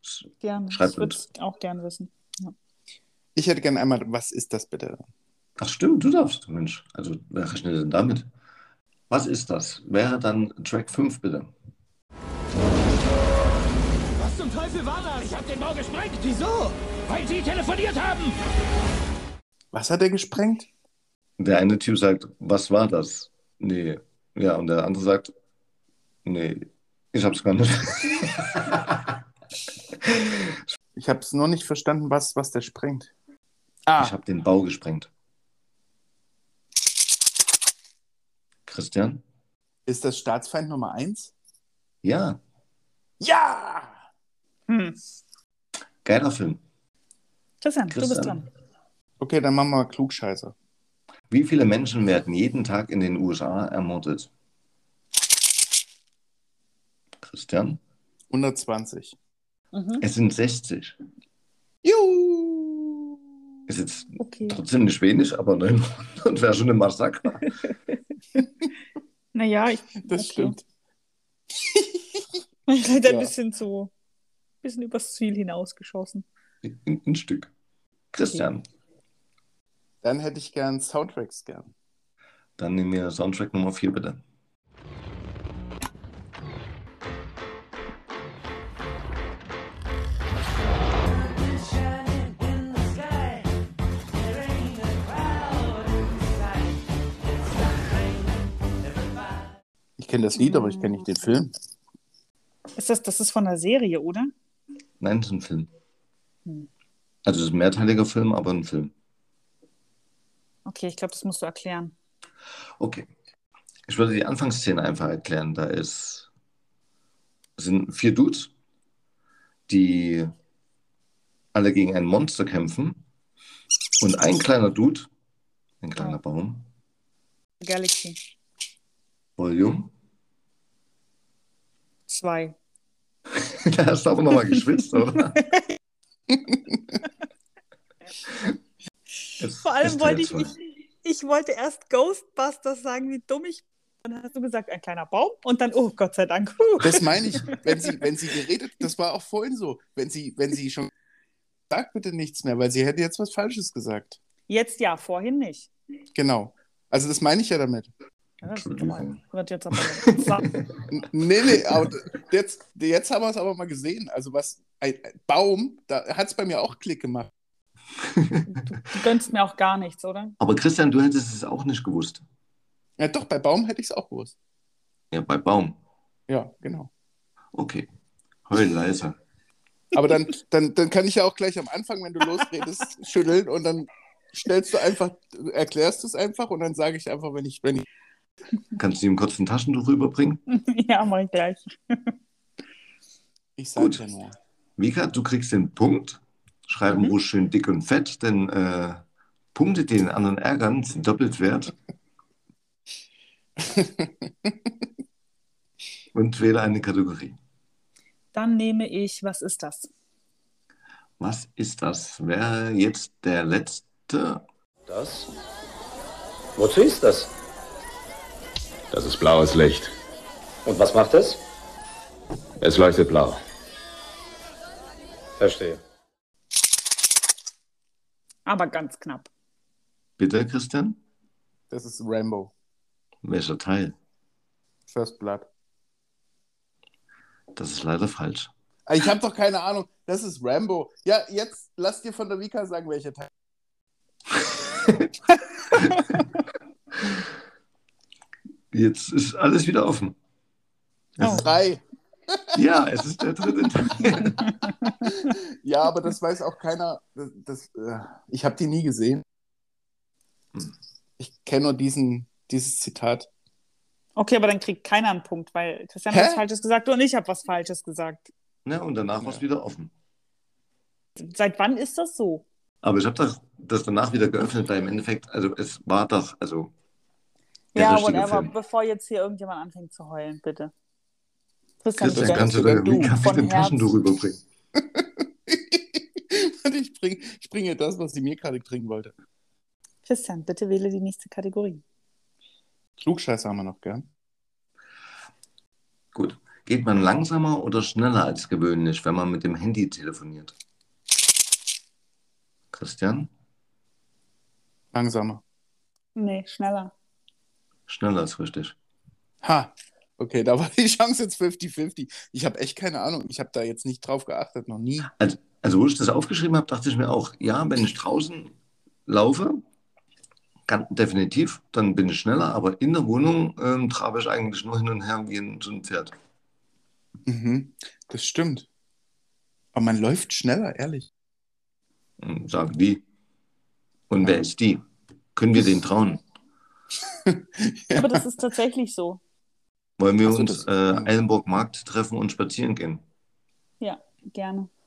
Speaker 3: S-
Speaker 5: Gerne.
Speaker 3: Schreibt
Speaker 5: ich würde es auch gerne wissen.
Speaker 4: Ich hätte gerne einmal, was ist das bitte?
Speaker 3: Ach stimmt, du darfst, Mensch. Also, wer rechnet denn damit? Was ist das? Wäre dann Track 5 bitte.
Speaker 10: Was zum Teufel war das? Ich hab den Bau gesprengt. Wieso? Weil Sie telefoniert haben.
Speaker 4: Was hat er gesprengt?
Speaker 3: Der eine Typ sagt, was war das? Nee. Ja, und der andere sagt, nee, ich hab's gar nicht.
Speaker 4: Ich habe es noch nicht verstanden, was, was der sprengt. Ah,
Speaker 3: Ich habe den Bau gesprengt. Christian?
Speaker 4: ist das Staatsfeind Nummer 1?
Speaker 3: Ja,
Speaker 4: Ja!
Speaker 5: Hm.
Speaker 3: geiler Film.
Speaker 5: Christian, du bist
Speaker 3: Christian.
Speaker 5: dran.
Speaker 4: Okay, dann machen wir Klugscheiße.
Speaker 3: Wie viele Menschen werden jeden Tag in den USA ermordet? Christian?
Speaker 4: 120.
Speaker 5: Mhm.
Speaker 3: Es sind 60.
Speaker 4: Juhu!
Speaker 3: Ist jetzt
Speaker 5: Okay.
Speaker 3: trotzdem nicht wenig, aber 900 wäre schon ein Massaker.
Speaker 5: Naja, ich.
Speaker 4: Das
Speaker 5: okay.
Speaker 4: stimmt.
Speaker 5: Ich bin ein
Speaker 4: Ja.
Speaker 5: bisschen zu. bisschen übers Ziel hinausgeschossen.
Speaker 3: Ein, ein Stück. Christian,
Speaker 4: Dann hätte ich gern Soundtracks gern.
Speaker 3: dann nehmen wir Soundtrack Nummer 4 bitte.
Speaker 4: Ich kenne das Lied, aber ich kenne nicht den Film.
Speaker 5: Ist das, das ist von einer Serie, oder?
Speaker 3: Nein, es ist ein Film.
Speaker 5: Hm.
Speaker 3: Also es ist ein mehrteiliger Film, aber ein Film.
Speaker 5: Okay, ich glaube, das musst du erklären.
Speaker 3: Okay. Ich würde die Anfangsszene einfach erklären. Da ist, sind vier Dudes, die alle gegen ein Monster kämpfen. Und ein kleiner Dude, ein kleiner Baum,
Speaker 5: Galaxy
Speaker 3: Volume,
Speaker 5: 2.
Speaker 3: da hast du auch nochmal geschwitzt, oder? Es
Speaker 5: Vor allem
Speaker 3: ist
Speaker 5: wollte
Speaker 3: Teil
Speaker 5: ich
Speaker 3: zwei.
Speaker 5: nicht. Ich wollte erst Ghostbusters sagen, wie dumm ich bin. Dann hast du gesagt, ein kleiner Baum. Und dann, oh Gott sei Dank. Puh.
Speaker 4: Das meine ich, wenn sie, wenn sie geredet, das war auch vorhin so. Wenn sie, wenn sie schon. Sag bitte nichts mehr, weil sie hätte jetzt was Falsches gesagt.
Speaker 5: Jetzt ja, vorhin nicht.
Speaker 4: Genau. Also das meine ich ja damit.
Speaker 5: Ja, das ist
Speaker 3: Entschuldigung.
Speaker 5: normal. Wird jetzt aber so.
Speaker 4: N- Nee, nee, aber d- jetzt, jetzt haben wir es aber mal gesehen. Also was, ein ein Baum, da hat es bei mir auch Klick gemacht.
Speaker 5: Du gönnst mir auch gar nichts, oder?
Speaker 3: Aber Christian, du hättest es auch nicht gewusst.
Speaker 4: Ja, doch, bei Baum hätte ich es auch gewusst.
Speaker 3: Ja, bei Baum.
Speaker 4: Ja, genau.
Speaker 3: Okay. Heul leiser.
Speaker 4: Aber dann, dann, dann kann ich ja auch gleich am Anfang, wenn du losredest, schütteln und dann stellst du einfach, erklärst du es einfach und dann sage ich einfach, wenn ich, wenn ich.
Speaker 3: Kannst du ihm kurz ein Taschentuch rüberbringen?
Speaker 5: Ja, mach ich gleich.
Speaker 4: Ich
Speaker 3: Gut.
Speaker 4: sage ja nur.
Speaker 3: Mika, du kriegst den Punkt. Schreib ihn ruhig schön dick und fett, denn äh, Punkte, die den anderen ärgern, sind doppelt wert. und wähle eine Kategorie.
Speaker 5: Dann nehme ich, was ist das?
Speaker 3: Was ist das? Wäre jetzt der letzte?
Speaker 8: Das? Wozu ist das?
Speaker 11: Das ist blaues Licht.
Speaker 8: Und was macht es?
Speaker 11: Es leuchtet blau.
Speaker 8: Verstehe.
Speaker 5: Aber ganz knapp.
Speaker 3: Bitte, Christian?
Speaker 4: Das ist Rambo.
Speaker 3: Welcher Teil?
Speaker 4: First Blood.
Speaker 3: Das ist leider falsch.
Speaker 4: Ah, Ich habe doch keine Ahnung. Das ist Rambo. Ja, jetzt lass dir von der Vika sagen, welcher Teil.
Speaker 3: Jetzt ist alles wieder offen.
Speaker 4: Das ist drei.
Speaker 3: Ja, es ist der dritte Teil.
Speaker 4: Ja, aber das weiß auch keiner. Das, das, äh, ich habe die nie gesehen. Ich kenne nur diesen, dieses Zitat.
Speaker 5: Okay, aber dann kriegt keiner einen Punkt, weil Christian
Speaker 4: Hä?
Speaker 5: hat was Falsches gesagt und ich habe was Falsches gesagt.
Speaker 3: Na, und danach war es wieder offen.
Speaker 5: Seit wann ist das so?
Speaker 3: Aber ich habe das, das danach wieder geöffnet, weil im Endeffekt, also es war doch, also der
Speaker 5: Ja,
Speaker 3: richtige
Speaker 5: whatever.
Speaker 3: Film.
Speaker 5: Bevor jetzt hier irgendjemand anfängt zu heulen, bitte.
Speaker 3: Christian,
Speaker 5: sogar-
Speaker 3: kannst du
Speaker 5: sogar
Speaker 3: deine Mika
Speaker 5: von
Speaker 3: mit dem
Speaker 5: Herzen.
Speaker 3: Taschentuch rüberbringen?
Speaker 4: Und ich bringe ich bring ihr das, was sie mir gerade bringen wollte.
Speaker 5: Christian, bitte wähle die nächste Kategorie.
Speaker 4: Klugscheißer haben wir noch, gell?
Speaker 3: Gut. Geht man langsamer oder schneller als gewöhnlich, wenn man mit dem Handy telefoniert? Christian,
Speaker 4: Langsamer.
Speaker 5: Nee, schneller.
Speaker 3: schneller ist richtig.
Speaker 4: Ha! Okay, da war die Chance jetzt 50-50. Ich habe echt keine Ahnung. Ich habe da jetzt nicht drauf geachtet, noch nie.
Speaker 3: Also, also wo ich das aufgeschrieben habe, dachte ich mir auch, ja, wenn ich draußen laufe, kann, definitiv, dann bin ich schneller, aber in der Wohnung ähm, trabe ich eigentlich nur hin und her wie ein, so ein Pferd.
Speaker 4: Mhm, das stimmt. Aber man läuft schneller, ehrlich.
Speaker 3: Und sage, wie? Und wer ist die? Können wir den trauen?
Speaker 5: Aber das ist tatsächlich so.
Speaker 3: Wollen wir uns äh, Eilenburg Markt treffen und spazieren gehen?
Speaker 5: Ja, gerne.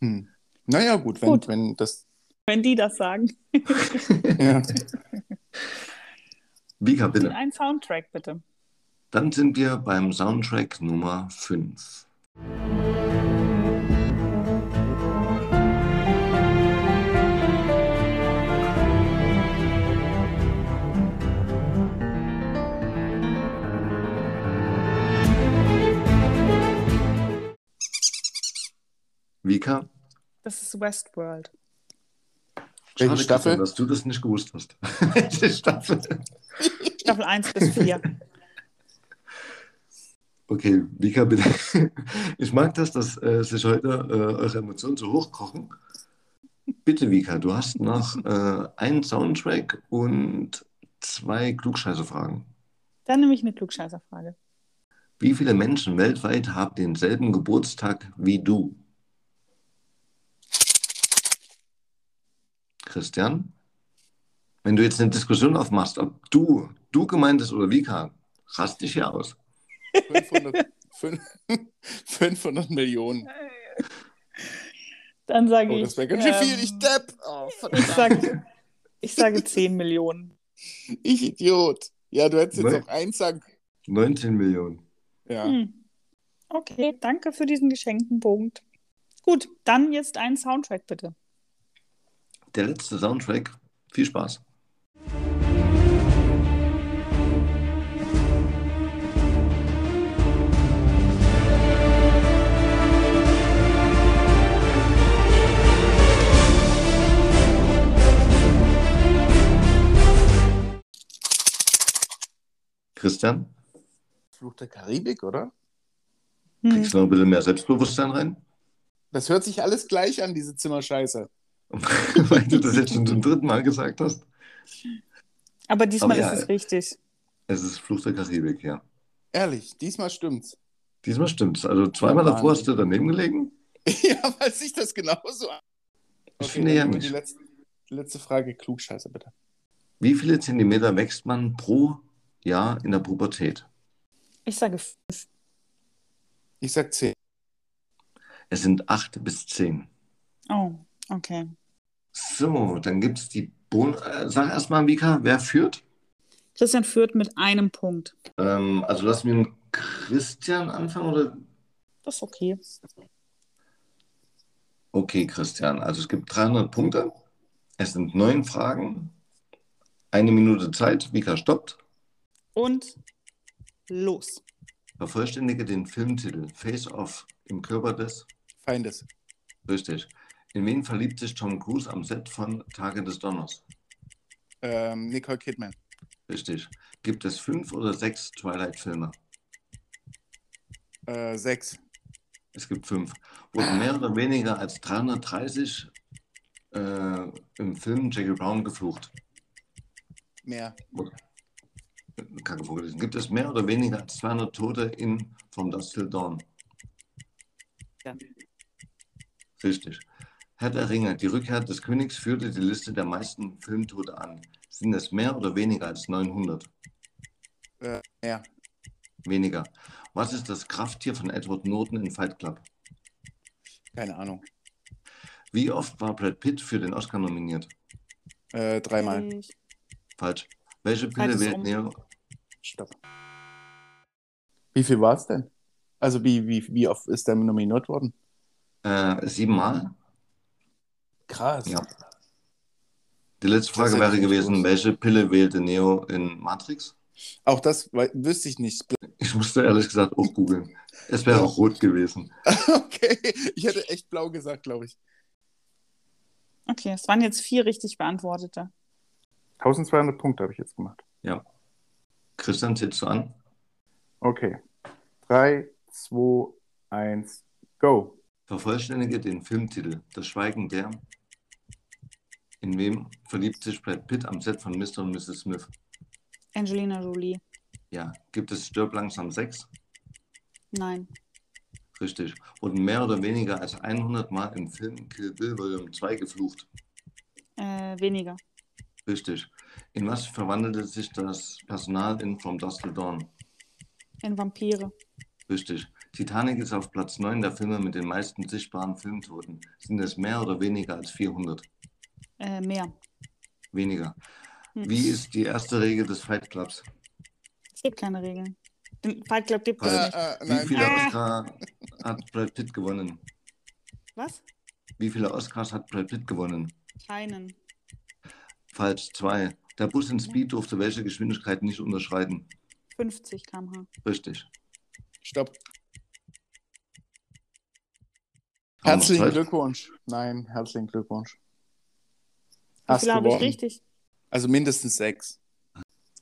Speaker 4: Hm. Naja, gut, wenn, wenn das.
Speaker 5: Wenn die das sagen.
Speaker 4: Ja.
Speaker 3: Vika,
Speaker 5: Und
Speaker 3: bitte.
Speaker 5: Ein Soundtrack, bitte.
Speaker 3: Dann sind wir beim Soundtrack Nummer 5. Vika,
Speaker 5: Das ist Westworld.
Speaker 3: schade,
Speaker 4: Staffel?
Speaker 3: Christian, dass du das nicht gewusst hast. Welche Staffel?
Speaker 5: Staffel 1 bis 4.
Speaker 3: Okay, Vika, bitte. Ich mag das, dass äh, sich heute äh, eure Emotionen so hochkochen. Bitte, Vika, du hast noch äh, einen Soundtrack und zwei Klugscheißerfragen.
Speaker 5: Dann nehme ich eine Klugscheißerfrage.
Speaker 3: Wie viele Menschen weltweit haben denselben Geburtstag wie du? Christian, wenn du jetzt eine Diskussion aufmachst, ob du, du gemeint ist oder Vika, rast dich hier aus.
Speaker 4: 500, fün- 500 Millionen.
Speaker 5: Dann sage
Speaker 4: Oh,
Speaker 5: ich.
Speaker 4: das wäre ganz schön viel.
Speaker 5: Ähm,
Speaker 4: Ich depp. Oh,
Speaker 5: ich,
Speaker 4: verdammt.
Speaker 5: sage, ich sage 10 Millionen.
Speaker 4: Ich Idiot. Ja, du hättest jetzt
Speaker 3: Nein.
Speaker 4: auch eins sagen.
Speaker 3: 19 Millionen.
Speaker 4: Ja.
Speaker 5: Hm. Okay, danke für diesen geschenkten Punkt. Gut, dann jetzt einen Soundtrack, bitte.
Speaker 3: Der letzte Soundtrack. Viel Spaß. Christian,
Speaker 4: Fluch der Karibik, oder?
Speaker 5: Hm. Mhm.
Speaker 3: kriegst du noch ein bisschen mehr Selbstbewusstsein rein?
Speaker 4: Das hört sich alles gleich an, diese Zimmerscheiße.
Speaker 3: Weil du das jetzt schon zum dritten Mal gesagt hast.
Speaker 5: Aber diesmal
Speaker 3: Aber ja, äh,
Speaker 5: ist es richtig.
Speaker 3: Es ist Fluch der Karibik, ja.
Speaker 4: Ehrlich, diesmal stimmt's.
Speaker 3: Diesmal stimmt's. Also zweimal davor hast du daneben gelegen.
Speaker 4: ja, weil sich das genauso an.
Speaker 3: Ich finde ja
Speaker 4: dann nur
Speaker 3: nicht.
Speaker 4: Die letzte, die letzte Frage, Klugscheiße, bitte.
Speaker 3: Wie viele Zentimeter wächst man pro Jahr in der Pubertät?
Speaker 5: Ich sage 5.
Speaker 4: Ich sag 10.
Speaker 3: Es sind acht bis zehn.
Speaker 5: Oh, okay.
Speaker 3: So, dann gibt es die Bon. Äh, sag erstmal, Mika, wer führt?
Speaker 5: Christian führt mit einem Punkt.
Speaker 3: Ähm, also lassen wir einen Christian anfangen oder?
Speaker 5: Das ist okay.
Speaker 3: Okay, Christian. Also es gibt 300 Punkte. Es sind neun Fragen. Eine Minute Zeit. Mika stoppt.
Speaker 5: Und los.
Speaker 3: Vervollständige den Filmtitel Face Off im Körper des
Speaker 4: Feindes.
Speaker 3: Richtig. In wen verliebt sich Tom Cruise am Set von Tage des Donners?
Speaker 4: Ähm, Nicole Kidman.
Speaker 3: Richtig. Gibt es fünf oder sechs Twilight-Filme?
Speaker 4: Äh, sechs.
Speaker 3: Es gibt fünf. Wurden mehr oder weniger als 330 äh, im Film Jackie Brown geflucht?
Speaker 4: Mehr.
Speaker 3: äh, Kacke vorgelesen. Gibt es mehr oder weniger als 200 Tote in From Dusk Till Dawn?
Speaker 5: Ja.
Speaker 3: Richtig. Herr der Ringe, die Rückkehr des Königs führte die Liste der meisten Filmtote an. Sind es mehr oder weniger als 900?
Speaker 4: Äh, mehr.
Speaker 3: Weniger. Was ist das Krafttier von Edward Norton in Fight Club?
Speaker 4: Keine Ahnung.
Speaker 3: Wie oft war Brad Pitt für den Oscar nominiert?
Speaker 4: Äh, dreimal.
Speaker 3: Falsch. Welche Pille
Speaker 4: Zeit ist
Speaker 3: wählt
Speaker 4: um.
Speaker 3: Neo?
Speaker 4: Stopp. Wie viel war es denn? Also wie, wie, wie oft ist der nominiert worden?
Speaker 3: Äh, siebenmal?
Speaker 4: Krass.
Speaker 3: Ja. Die letzte Frage wäre gewesen, welche Pille wählte Neo in Matrix?
Speaker 4: Auch das wei- wüsste ich nicht.
Speaker 3: Ich musste ehrlich gesagt auch googeln. Es wäre auch rot gewesen.
Speaker 4: Okay, ich hätte echt blau gesagt, glaube ich.
Speaker 5: Okay, es waren jetzt vier richtig beantwortete.
Speaker 4: 1200 Punkte habe ich jetzt gemacht.
Speaker 3: Ja. Christian, tippst du an?
Speaker 4: Okay. 3, 2, 1, go.
Speaker 3: Vervollständige den Filmtitel Das Schweigen der. In wem verliebt sich Brad Pitt am Set von Mr. und Mrs. Smith?
Speaker 5: Angelina Jolie.
Speaker 3: Ja. Gibt es Stirb langsam 6?
Speaker 5: Nein.
Speaker 3: Richtig. Wurden mehr oder weniger als 100 Mal im Film Kill Bill Volume 2 geflucht?
Speaker 5: Äh, weniger.
Speaker 3: Richtig. In was verwandelte sich das Personal in From Dusk Till Dawn?
Speaker 5: In Vampire.
Speaker 3: Richtig. Titanic ist auf Platz 9 der Filme mit den meisten sichtbaren Filmtoten. Sind es mehr oder weniger als 400?
Speaker 5: Äh, mehr.
Speaker 3: Weniger.
Speaker 5: Hm.
Speaker 3: Wie ist die erste Regel des Fight Clubs?
Speaker 5: Es gibt keine Regeln. Den Fight Club
Speaker 4: Äh,
Speaker 5: gibt es
Speaker 3: Falsch.
Speaker 5: nicht.
Speaker 3: Wie viele
Speaker 5: Ah,
Speaker 3: Oscar hat Brad Pitt gewonnen?
Speaker 5: was?
Speaker 3: Wie viele Oscars hat Brad Pitt gewonnen?
Speaker 5: Keinen.
Speaker 3: Falsch. Zwei. Der Bus in Speed durfte welche Geschwindigkeit nicht unterschreiten?
Speaker 5: 50 km/h.
Speaker 3: Richtig.
Speaker 4: Stopp.
Speaker 3: Haben wir noch
Speaker 4: Herzlichen
Speaker 3: Zeit?
Speaker 4: Glückwunsch. Nein, herzlichen Glückwunsch.
Speaker 5: Wie viele habe ich
Speaker 4: gewonnen.
Speaker 5: richtig?
Speaker 4: Also mindestens sechs.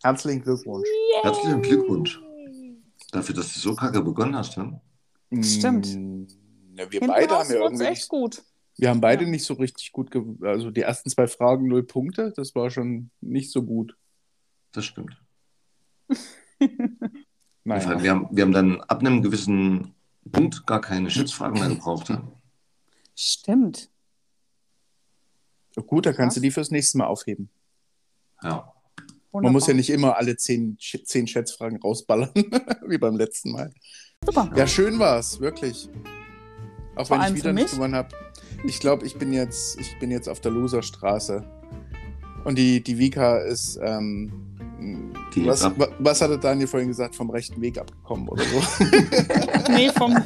Speaker 4: Herzlichen Glückwunsch.
Speaker 3: Herzlichen Glückwunsch. Dafür, dass du so kacke begonnen hast, ne?
Speaker 5: Stimmt.
Speaker 4: Hm, Na, wir
Speaker 5: Hinten
Speaker 4: beide
Speaker 5: raus
Speaker 4: haben ja
Speaker 5: wird's
Speaker 4: irgendwie.
Speaker 5: echt gut.
Speaker 4: Wir haben beide nicht so richtig gut. Ge also die ersten zwei Fragen null Punkte. Das war schon nicht so gut.
Speaker 3: Das stimmt.
Speaker 4: Naja.
Speaker 3: Vor allem, Wir, haben, wir haben dann ab einem gewissen Punkt gar keine Schätzfragen mehr gebraucht. Ne?
Speaker 5: Stimmt.
Speaker 4: Gut, da kannst du die fürs nächste Mal aufheben.
Speaker 3: Ja.
Speaker 4: Man muss ja nicht immer alle zehn, Sch- zehn Schätzfragen rausballern, wie beim letzten Mal.
Speaker 5: Super.
Speaker 4: Ja, schön war es, wirklich. Auch
Speaker 5: Vor
Speaker 4: wenn
Speaker 5: allem
Speaker 4: ich wieder
Speaker 5: für
Speaker 4: nicht
Speaker 5: mich.
Speaker 4: gewonnen habe. Ich glaube, ich bin jetzt, ich bin jetzt auf der Loserstraße. Und die, die Vika ist, ähm,
Speaker 3: Die
Speaker 4: was,
Speaker 3: ab-
Speaker 4: wa- was hatte Daniel vorhin gesagt, vom rechten Weg abgekommen oder so?
Speaker 5: Nee, vom.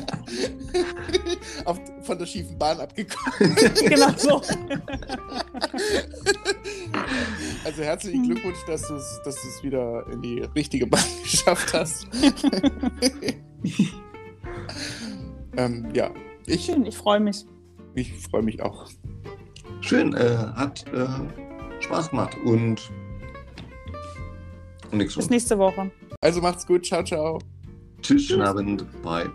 Speaker 4: auf, von der schiefen Bahn abgekommen.
Speaker 5: genau so.
Speaker 4: Also herzlichen Glückwunsch, dass du es dass du's wieder in die richtige Bahn geschafft hast. ähm, ja, ich,
Speaker 5: Schön, ich freue mich.
Speaker 4: ich freue mich auch.
Speaker 3: Schön, äh, hat äh, Spaß gemacht und nichts.
Speaker 5: Bis nächste Woche.
Speaker 4: Also macht's gut, ciao, ciao.
Speaker 3: Tschüss, schönen Abend, bye.